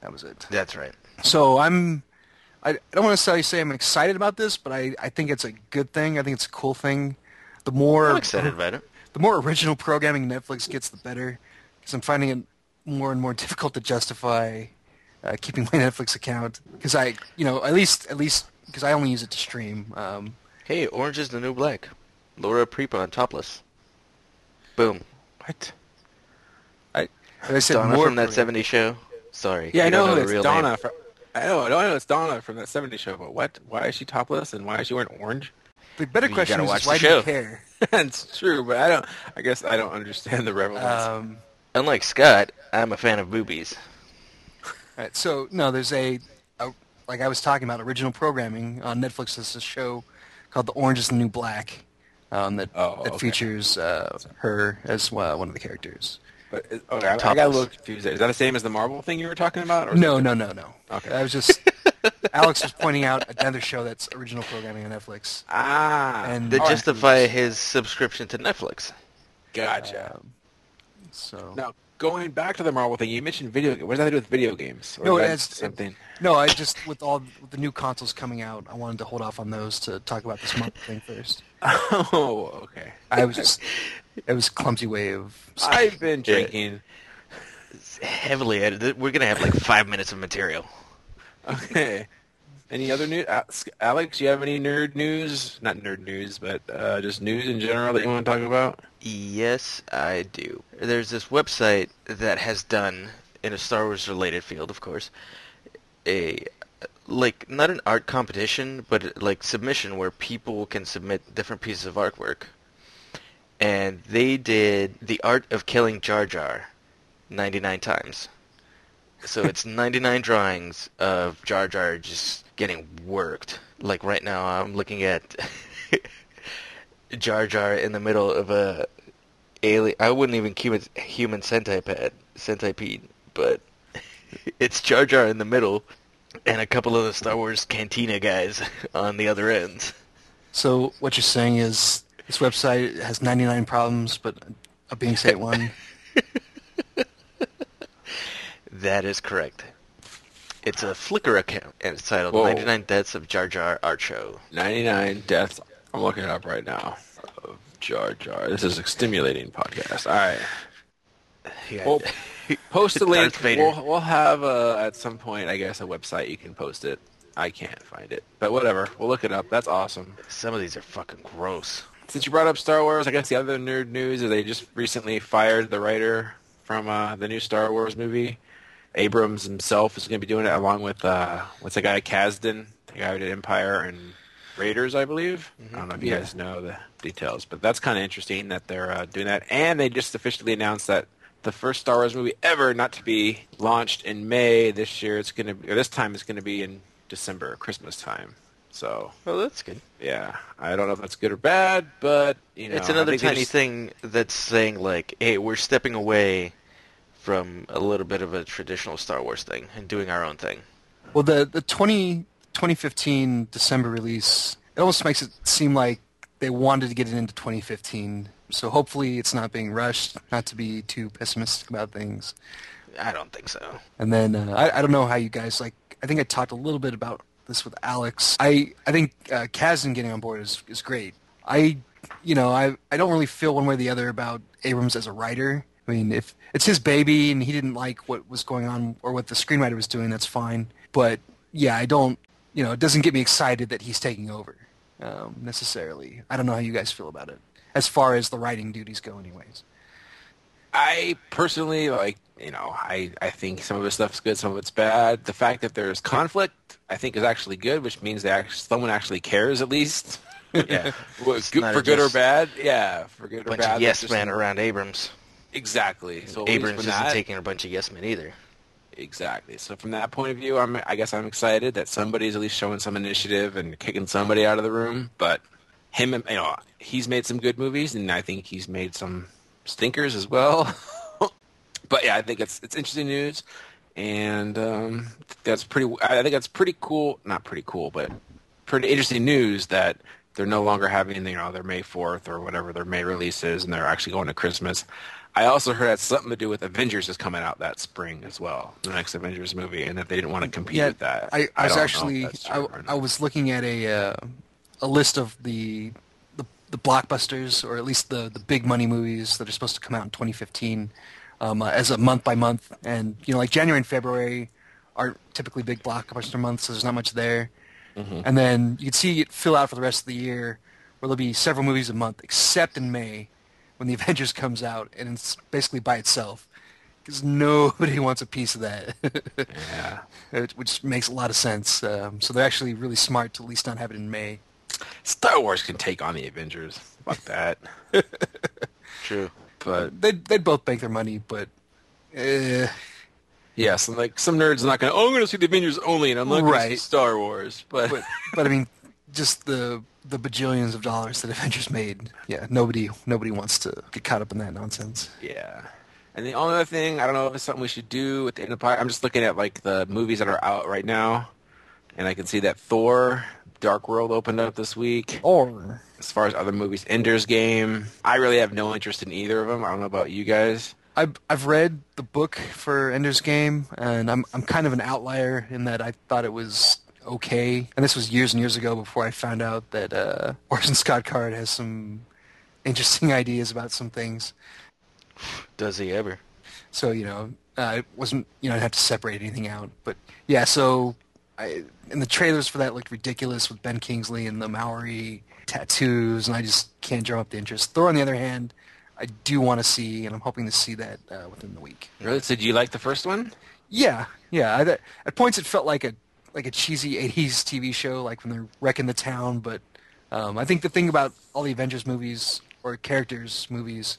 Speaker 3: That was it.
Speaker 4: That's right. So
Speaker 3: So I'm. I I don't want to necessarily say I'm excited about this, but I, I think it's a good thing. I think it's a cool thing. The more
Speaker 4: I'm excited about it.
Speaker 3: the more original programming Netflix gets, the better. Because I'm finding it more *laughs* and more difficult to justify uh, keeping my Netflix account. Because I, you know, at least at least because I only use it to stream. Um,
Speaker 4: Hey, Orange is the New Black. Laura Prepon, topless. Boom.
Speaker 2: what?
Speaker 3: as I said
Speaker 4: Donna
Speaker 3: more
Speaker 4: from that
Speaker 3: programming.
Speaker 4: 70s show. Sorry.
Speaker 2: Yeah, I
Speaker 4: you don't
Speaker 2: know,
Speaker 4: the
Speaker 2: it's
Speaker 4: real
Speaker 2: Donna.
Speaker 4: name.
Speaker 2: From, I know, I know it's Donna from that '70s show. But what? Why is she topless and why is she wearing orange? *laughs*
Speaker 3: The better
Speaker 4: You
Speaker 3: question
Speaker 4: gotta
Speaker 3: is,
Speaker 4: watch the
Speaker 3: why do you
Speaker 4: show.
Speaker 3: care?
Speaker 2: it's true, but I don't. I guess I don't understand the relevance.
Speaker 3: Um,
Speaker 4: Unlike Scott, I'm a fan of boobies.
Speaker 3: Right, so no, there's a, a like I was talking about original programming on Netflix. There's a show called The Orange Is the New Black um, that
Speaker 2: Oh,
Speaker 3: that
Speaker 2: okay.
Speaker 3: features uh, her as well, one of the characters.
Speaker 2: But is- okay, I, I got a
Speaker 4: Topless.
Speaker 2: little confused. There. Is that the same as the Marvel thing you were talking about? Or
Speaker 3: No, no, no, no.
Speaker 2: Okay.
Speaker 3: I
Speaker 2: *laughs*
Speaker 3: was just Alex was pointing out another show that's original programming on Netflix.
Speaker 2: Ah,
Speaker 3: And-
Speaker 4: That
Speaker 3: All right.
Speaker 4: justify his subscription to Netflix.
Speaker 2: gotcha.
Speaker 3: So
Speaker 2: now going back to the Marvel thing, you mentioned video. What does that have to do with video games? Or
Speaker 3: No,
Speaker 2: is
Speaker 3: it
Speaker 2: that
Speaker 3: has *laughs*
Speaker 2: something.
Speaker 3: No, I just with all with the new consoles coming out, I wanted to hold off on those to talk about this month thing first.
Speaker 2: oh, okay.
Speaker 3: I was just it was a clumsy way of
Speaker 2: I've been drinking.
Speaker 4: It's heavily edited. We're going to have like five minutes of material.
Speaker 2: Okay. Any other news? Alex, you have any nerd news? Not nerd news, but uh, just news in general that you want to talk about?
Speaker 4: Yes, I do. There's this website that has done, in a Star Wars related field, of course, a like not an art competition, but like submission where people can submit different pieces of artwork. And they did the art of killing Jar Jar, 99 times. So it's 99 drawings of Jar Jar just getting worked. Like right now, I'm looking at *laughs* Jar Jar in the middle of a alien. I wouldn't even keep it human centipede, centipede, but *laughs* it's Jar Jar in the middle, and a couple of the Star Wars Cantina guys *laughs* on the other end.
Speaker 3: So what you're saying is this website has 99 problems, but a being site one.
Speaker 4: That is correct. It's a Flickr account, and it's titled
Speaker 2: Whoa.
Speaker 4: 99 Deaths of Jar Jar Art Show.
Speaker 2: 99 deaths. I'm looking it up right now. Of Jar Jar. This is a stimulating podcast. All right.
Speaker 4: Yeah.
Speaker 2: Well, post the link.
Speaker 4: Darth Vader.
Speaker 2: We'll, we'll have uh at some point, I guess, a website you can post it. I can't find it, but whatever. We'll look it up. That's awesome.
Speaker 4: Some of these are fucking gross.
Speaker 2: Since you brought up Star Wars, I guess the other nerd news is they just recently fired the writer from uh, the new Star Wars movie. Abrams himself is going to be doing it along with uh, what's the guy Kasdan, the guy who did Empire and Raiders, I believe. I don't know if you guys know the details, but that's kind of interesting that they're uh, doing that. And they just officially announced that the first Star Wars movie ever not to be launched in May this year. It's gonna be, or this time it's gonna be in December, Christmas time. So
Speaker 4: Well, that's good.
Speaker 2: yeah, I don't know if that's good or bad, but you know,
Speaker 4: it's
Speaker 2: I
Speaker 4: another
Speaker 2: think they
Speaker 4: tiny
Speaker 2: just-
Speaker 4: thing that's saying like, hey, we're stepping away from a little bit of a traditional Star Wars thing and doing our own thing.
Speaker 3: Well, the the 20, 2015 December release, it almost makes it seem like they wanted to get it into 2015. So hopefully it's not being rushed, not to be too pessimistic about things.
Speaker 4: I don't
Speaker 2: *laughs*
Speaker 4: think so.
Speaker 3: And then uh, I, I don't know how you guys like. I think I talked a little bit about this with Alex. I I think uh, Kazan getting on board is is great. I you know I I don't really feel one way or the other about Abrams as a writer. I mean, if it's his baby and he didn't like what was going on or what the screenwriter was doing, that's fine. But yeah, I don't. You know, it doesn't get me excited that he's taking over um, necessarily. I don't know how you guys feel about it as far as the writing duties go, anyways.
Speaker 2: I personally like, you know, I, I think some of his stuff's good, some of it's bad. The fact that there's conflict, I think, is actually good, which means that act- someone actually cares at least.
Speaker 4: Yeah.
Speaker 2: Well,
Speaker 4: It's
Speaker 2: good-
Speaker 4: not
Speaker 2: for good or
Speaker 4: just
Speaker 2: bad, yeah, for good
Speaker 4: A
Speaker 2: or
Speaker 4: bunch
Speaker 2: bad.
Speaker 4: of yes men around Abrams.
Speaker 2: Exactly. So at least
Speaker 4: Abrams
Speaker 2: from
Speaker 4: isn't
Speaker 2: that-
Speaker 4: taking a bunch of yes men either.
Speaker 2: Exactly. So from that point of view, I'm I guess I'm excited that somebody's at least showing some initiative and kicking somebody out of the room. But him, you know, he's made some good movies, and I think he's made some stinkers as well. *laughs* but yeah, I think it's it's interesting news, and um, that's pretty. I think that's pretty cool. Not pretty cool, but pretty interesting news that they're no longer having you know their May fourth or whatever their May release is, and they're actually going to Christmas. I also heard it had something to do with Avengers is coming out that spring as well, the next Avengers movie, and that they didn't want to compete with that.
Speaker 3: I, I,
Speaker 2: don't
Speaker 3: was
Speaker 2: know if
Speaker 3: actually
Speaker 2: that's true
Speaker 3: I,
Speaker 2: or not.
Speaker 3: I was looking at a uh, a list of the, the the blockbusters or at least the the big money movies that are supposed to come out in 2015 um, uh, as a month by month and you know like January and February are typically big blockbuster months so there's not much there
Speaker 2: Mm-hmm.
Speaker 3: and then you can see it fill out for the rest of the year where there'll be several movies a month except in May when the *laughs* Avengers comes out and it's basically by itself because nobody *laughs* wants a piece of that.
Speaker 2: yeah.
Speaker 3: It- Uh, which makes a lot of sense. Um, so they're actually really smart to at least not have it in May.
Speaker 2: Star Wars can take on the Avengers. Fuck that.
Speaker 4: True.
Speaker 2: But
Speaker 3: They'd, they'd both bank their money, but uh,
Speaker 2: yeah, some like some nerds are not gonna. Oh, I'm gonna see the Avengers only, and I'm not gonna see
Speaker 3: Right.
Speaker 2: Star Wars. But,
Speaker 3: but but I mean, just the the bajillions of dollars that *laughs* Avengers made. Yeah, nobody nobody wants to get caught up in that nonsense.
Speaker 2: yeah. And the only other thing I don't know if it's something we should do at the end of the pod. I'm just looking at like the movies that are out right now, and I can see that Thor: Dark World opened up this week.
Speaker 3: Or
Speaker 2: As far as other movies, Ender's Game. I really have no interest in either of them. I don't know about you guys.
Speaker 3: I've I've read the book for Ender's Game, and I'm I'm kind of an outlier in that I thought it was okay. And this was years and years ago before I found out that uh, Orson Scott Card has some interesting *laughs* ideas about some things.
Speaker 4: Does he ever?
Speaker 3: so you know uh, it wasn't you know I'd have to separate anything out but yeah so I, and the trailers for that looked ridiculous with Ben Kingsley and the Maori tattoos and I just can't drum up the interest Thor on the other hand I do want to see and I'm hoping to see that uh, within the week
Speaker 2: Really? So, do you like the first one?
Speaker 3: yeah yeah I, at points it felt like a like a cheesy 80s TV show like when they're wrecking the town but um, I think the thing about all the Avengers movies or characters movies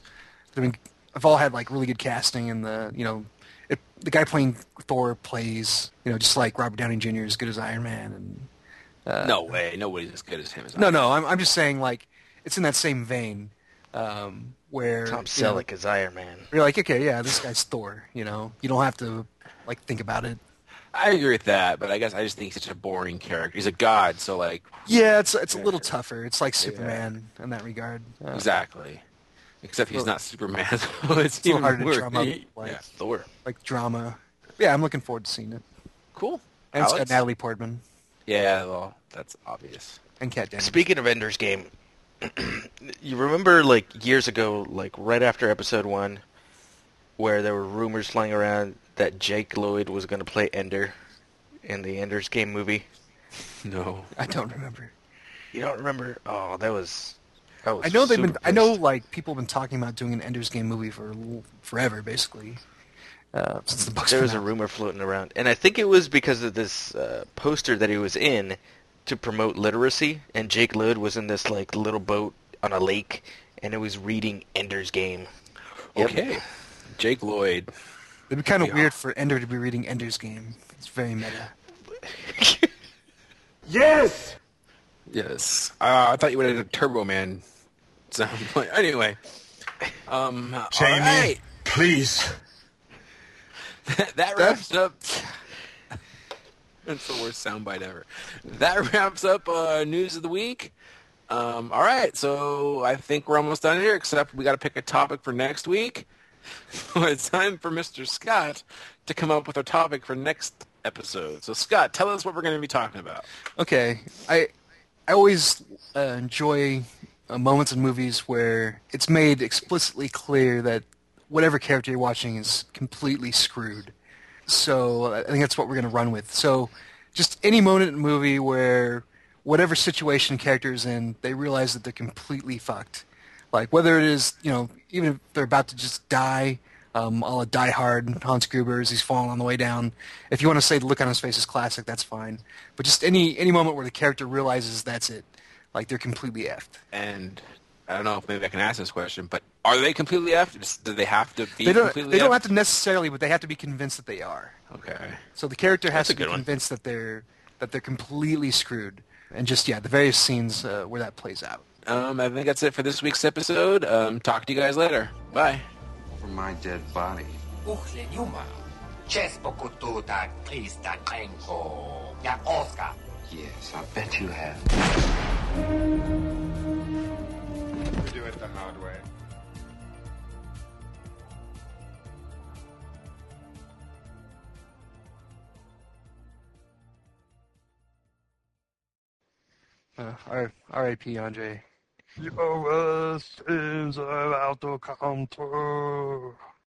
Speaker 3: I mean, I've all had like really good casting, and the you know, it, the guy playing Thor plays you know just like Robert Downey Jr. as good as Iron Man, and
Speaker 2: no way. Nobody's as good as him. As I
Speaker 3: no, no, I'm I'm just saying like it's in that same vein um, where
Speaker 4: Tom
Speaker 3: you know,
Speaker 4: Selleck is Iron Man.
Speaker 3: you're like okay, yeah, this guy's Thor, you know, you don't have to like think about it.
Speaker 2: I agree with that, but I guess I just think he's such a boring character. He's a god, so like
Speaker 3: Yeah, it's it's a little tougher. It's like Superman in that regard. Uh,
Speaker 2: exactly. Except he's not Superman, *laughs* so it's,
Speaker 3: a little
Speaker 2: even
Speaker 3: harder to
Speaker 2: worse.
Speaker 3: drum
Speaker 2: *laughs*
Speaker 3: up,
Speaker 2: Yeah.
Speaker 3: like-
Speaker 2: Thor.
Speaker 3: Like drama. Yeah, I'm looking forward to seeing it.
Speaker 2: Cool.
Speaker 3: And it's got
Speaker 2: Alex?
Speaker 3: Natalie Portman
Speaker 2: Yeah, well, that's obvious.
Speaker 3: and Kat Dennings.
Speaker 4: Speaking of Ender's Game, *clears throat* you remember like years ago, like right after episode one, where there were rumors flying around that Jake Lloyd was going to play Ender in the Ender's Game movie.
Speaker 2: No.
Speaker 3: I don't remember.
Speaker 4: You don't remember? Oh, that was. I, was
Speaker 3: I know they've been.
Speaker 4: super
Speaker 3: I know
Speaker 4: pissed.
Speaker 3: like people have been talking about doing an Ender's Game movie for l- forever, basically. Uh, since the books
Speaker 4: there was a
Speaker 3: came out.
Speaker 4: rumor floating around, and I think it was because of this uh, poster that he was in to promote literacy, and Jake Lloyd was in this like little boat on a lake, and it was reading Ender's Game. Yep.
Speaker 2: Okay. Jake Lloyd.
Speaker 3: It'd be kind of weird for Ender to be reading Ender's Game. It's very meta.
Speaker 5: Yes!
Speaker 2: Yes. Uh, I thought you would have a Turbo Man sound. *laughs* But anyway. Um,
Speaker 5: Jamie,
Speaker 2: all right.
Speaker 5: please.
Speaker 2: *laughs* that wraps up. That's the worst soundbite ever. That wraps up uh, news of the week. Um, all right, so I think we're almost done here, except we got to pick a topic for next week. *laughs* it's time for Mr. Scott to come up with a topic for next episode. So, Scott, tell us what we're going to be talking about.
Speaker 3: Okay, I I always uh, enjoy uh, moments in movies where it's made explicitly clear that whatever character you're watching is completely screwed. So I think that's what we're going to run with. So just any moment in a movie where whatever situation a character is in, they realize that they're completely fucked. Like whether it is, you know, even if they're about to just die, um, a la Die Hard, Hans Gruber as he's falling on the way down. If you want to say the look on his face is classic, that's fine. But just any any moment where the character realizes that's it, like they're completely effed.
Speaker 2: And I don't know if maybe I can ask this question, but are they completely effed? Do they have to be
Speaker 3: They don't
Speaker 2: completely
Speaker 3: they don't have
Speaker 2: effed?
Speaker 3: to necessarily, but they have to be convinced that they are.
Speaker 2: Okay.
Speaker 3: So the character has
Speaker 4: That's a
Speaker 3: to be
Speaker 4: good one.
Speaker 3: convinced that they're that they're completely screwed, and just yeah, the various scenes uh, where that plays out.
Speaker 2: Um, I think that's it for this week's episode. Um, talk to you guys later. Bye.
Speaker 6: over my dead body.
Speaker 7: Uhle Juma. Chespokutu da Krista Kenko. Ja Oscar.
Speaker 6: Yes, I bet you have. We do it the hard way.
Speaker 3: Uh, R- R.I.P. Andre.
Speaker 8: Your essence are out of control.